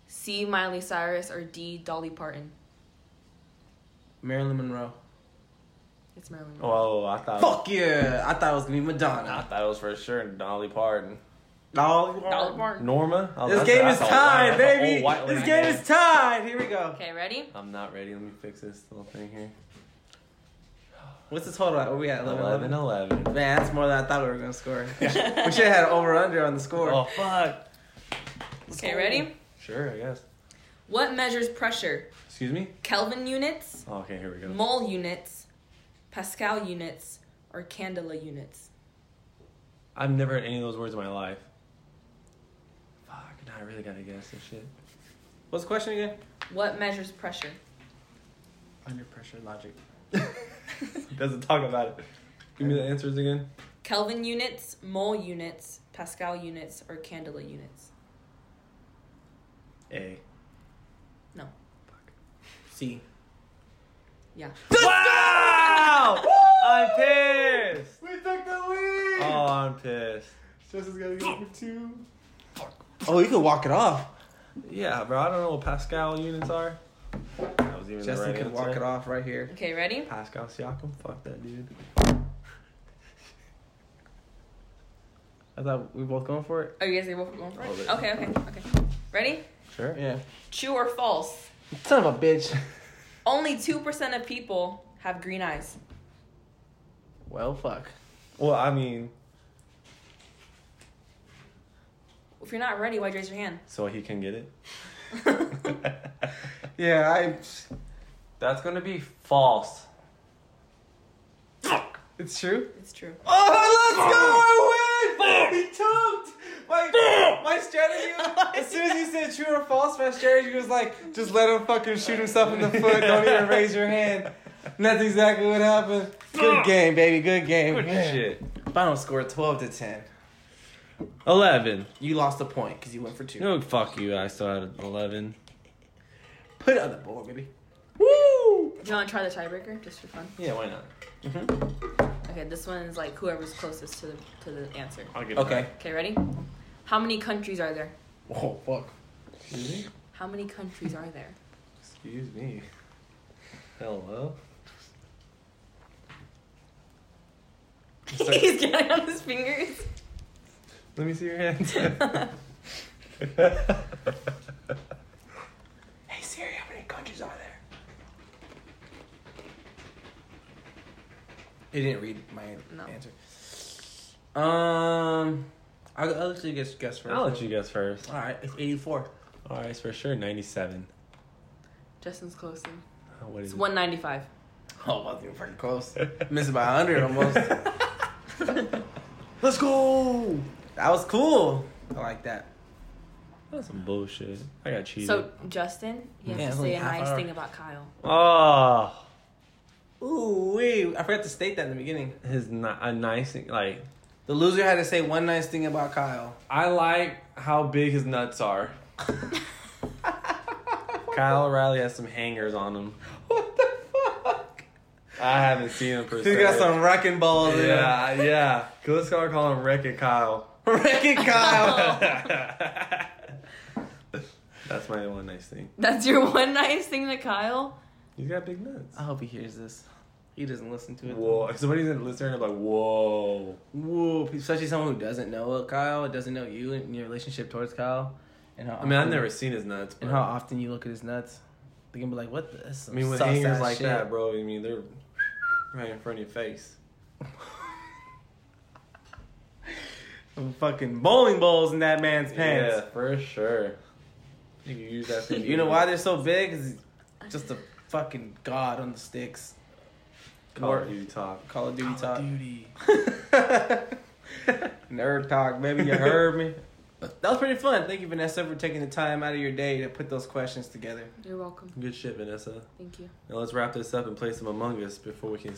Speaker 3: C. Miley Cyrus, or D. Dolly Parton?
Speaker 1: Marilyn Monroe.
Speaker 3: It's Marilyn Monroe.
Speaker 2: Oh, I thought.
Speaker 1: Fuck yeah! I thought it was gonna be
Speaker 2: I
Speaker 1: Madonna.
Speaker 2: thought it was for sure Dolly Parton.
Speaker 1: No.
Speaker 3: Dolly Parton.
Speaker 2: Norma? Oh,
Speaker 1: This
Speaker 2: that's
Speaker 1: game
Speaker 2: a-
Speaker 1: is
Speaker 2: that's a white-
Speaker 1: tied,
Speaker 2: that's a
Speaker 1: baby.
Speaker 2: old white
Speaker 1: This
Speaker 2: lady
Speaker 1: game
Speaker 2: name.
Speaker 1: is tied. Here we go.
Speaker 3: Okay, ready?
Speaker 2: I'm not ready. Let me fix this little thing here.
Speaker 1: What's the total? at? What we at?
Speaker 2: 11
Speaker 1: 11.
Speaker 2: 11.
Speaker 1: Man, that's more than I thought we were gonna
Speaker 2: [laughs]
Speaker 1: score. we should have had over under on the score.
Speaker 2: Oh, fuck.
Speaker 3: Okay, ready?
Speaker 2: Sure, I guess.
Speaker 3: What measures pressure?
Speaker 2: Excuse me?
Speaker 3: Kelvin units,
Speaker 2: Oh, okay, here we go.
Speaker 3: mole units, Pascal units, or candela units?
Speaker 2: I've never heard any of those words in my life. Fuck, now I really gotta guess this shit. [laughs]
Speaker 1: What's the question again?
Speaker 3: What measures pressure?
Speaker 1: Under pressure logic. Doesn't talk about it.
Speaker 2: Give me the answers again.
Speaker 3: Kelvin units, mole units, Pascal units, or candela units?
Speaker 1: A.
Speaker 3: No.
Speaker 1: C.
Speaker 3: Yeah.
Speaker 2: [laughs]
Speaker 1: Wow! I'm pissed.
Speaker 2: We took the lead.
Speaker 1: Oh, I'm pissed.
Speaker 2: Jess is gonna go for two.
Speaker 1: Oh, you could walk it off.
Speaker 2: Yeah, bro. I don't know what Pascal units are. That was even
Speaker 1: Justin
Speaker 2: the right
Speaker 1: could
Speaker 2: answer.
Speaker 1: walk it off right here.
Speaker 3: Okay, ready?
Speaker 2: Pascal Siakam, fuck that dude. I thought we were both going for it.
Speaker 3: Oh, you guys are both going for
Speaker 2: Oh,
Speaker 3: it?
Speaker 2: there.
Speaker 3: Okay, okay, okay. Ready?
Speaker 2: Sure.
Speaker 1: Yeah.
Speaker 3: True or false?
Speaker 2: Son of
Speaker 1: [laughs]
Speaker 2: a bitch.
Speaker 3: Only 2% of people have green eyes.
Speaker 2: Well, fuck. Well, I mean,
Speaker 3: If you're not ready, why'd you raise your hand?
Speaker 2: so he can get it.
Speaker 1: Yeah, I.
Speaker 2: [laughs] That's gonna be false.
Speaker 1: It's true.
Speaker 3: It's true.
Speaker 1: Oh, let's go! I win! He choked! My, my strategy
Speaker 2: [laughs]
Speaker 1: was, as soon as you said true or false, my strategy was like, just let him fucking shoot himself
Speaker 2: [laughs]
Speaker 1: in the foot. Don't even raise your hand. And that's exactly what happened. Good game, baby. Good game. Final score 12 to 10.
Speaker 2: Eleven.
Speaker 1: You lost a point because you went for two.
Speaker 2: No, fuck you. I still had eleven.
Speaker 1: Put it on the board, baby.
Speaker 2: Woo!
Speaker 3: Do you want to try the tiebreaker just for fun?
Speaker 2: Yeah, why not?
Speaker 3: Okay, this one is like whoever's closest to the to the answer.
Speaker 2: I'll get
Speaker 1: Okay.
Speaker 3: Okay, ready? How many countries are there?
Speaker 1: Oh, fuck.
Speaker 2: Excuse me.
Speaker 3: How many countries are there?
Speaker 2: Excuse me. Hello.
Speaker 3: [laughs] He's getting on his fingers.
Speaker 2: Let me see your hands. [laughs]
Speaker 1: Hey, Siri, how many countries are there? It didn't read my
Speaker 3: No.
Speaker 1: answer. Um, I'll, I'll let you guess, guess first.
Speaker 2: I'll let you guess first.
Speaker 1: All right, it's 84.
Speaker 2: All right, it's for sure ninety-seven.
Speaker 3: Justin's closer.
Speaker 2: Oh, what is
Speaker 3: It's
Speaker 2: it?
Speaker 3: 195.
Speaker 1: [laughs] Oh, wasn't even fucking close. [laughs]
Speaker 2: [laughs]
Speaker 1: Missed by 100 almost. [laughs] Let's go! That was cool. I like that.
Speaker 2: That's some bullshit. I got cheated.
Speaker 3: So, Justin, you have
Speaker 1: Yeah, it's
Speaker 3: to
Speaker 1: only
Speaker 3: say a
Speaker 1: half
Speaker 3: nice
Speaker 1: hour.
Speaker 3: thing about Kyle.
Speaker 2: oh,
Speaker 1: Ooh, wait. I forgot to state that in the beginning.
Speaker 2: his ni- a nice thing- like
Speaker 1: The loser had to say one nice thing about Kyle. [laughs]
Speaker 2: I like how big his nuts are. Kyle O'Reilly has some hangers on him.
Speaker 1: What the fuck?
Speaker 2: I haven't seen him for.
Speaker 1: He got some wrecking balls in him.
Speaker 2: Yeah, yeah. Let's call call him Wreck It Kyle.
Speaker 1: Wrecking Kyle. [laughs]
Speaker 2: [laughs] That's my one nice thing.
Speaker 3: That's your one [laughs] nice thing to Kyle?
Speaker 2: He's got big nuts.
Speaker 1: I hope he hears this. He doesn't listen to it.
Speaker 2: Whoa! If somebody's in listening, I'm like, whoa.
Speaker 1: Whoa. Especially someone who doesn't know Kyle, doesn't know you and your relationship towards Kyle. And how
Speaker 2: I mean, I've
Speaker 1: often-
Speaker 2: never seen his nuts. But,
Speaker 1: Oh. And how often you look at his nuts. They can be like, what the?
Speaker 2: I mean, with hangers like that, bro. I mean, they're right in front of your face.
Speaker 1: [laughs] fucking bowling balls in that man's
Speaker 2: Yeah, for sure. You can use that. thing
Speaker 1: You know why they're so big? 'Cause he's just a fucking god on the sticks.
Speaker 2: Call of Duty talk.
Speaker 1: Call of Duty talk.
Speaker 8: Duty.
Speaker 1: [laughs]
Speaker 2: [laughs]
Speaker 1: Nerd talk, baby. You heard me. That was pretty fun. Thank you, Vanessa, for taking the time out of your day to put those questions together.
Speaker 3: You're welcome.
Speaker 2: Good shit, Vanessa.
Speaker 3: Thank you.
Speaker 2: Now let's wrap this up and play some Among Us before we can.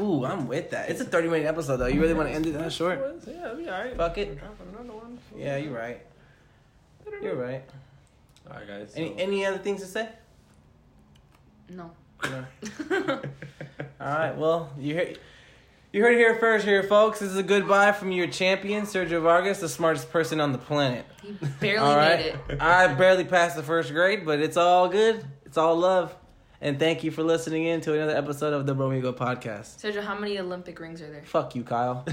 Speaker 1: Ooh, I'm with that. It's a 30 minute episode, though. You really want to end it that short?
Speaker 2: Yeah, it'll be alright.
Speaker 1: Fuck it.
Speaker 2: Drop another one.
Speaker 1: Yeah, you're right. You're right.
Speaker 2: Alright, guys.
Speaker 1: Any,
Speaker 2: so-
Speaker 1: any other things to say?
Speaker 3: No.
Speaker 1: No.
Speaker 3: [laughs]
Speaker 2: [laughs]
Speaker 1: All right. Well, you hear, you heard it here first, here, folks. This is a goodbye from your champion, Sergio Vargas, the smartest person on the planet.
Speaker 3: He barely
Speaker 1: all right.
Speaker 3: made it.
Speaker 1: I barely passed the first grade, but it's all good. It's all love. And thank you for listening in to another episode of the Bromigo Podcast.
Speaker 3: Sergio, how many Olympic rings are there?
Speaker 1: Fuck you, Kyle.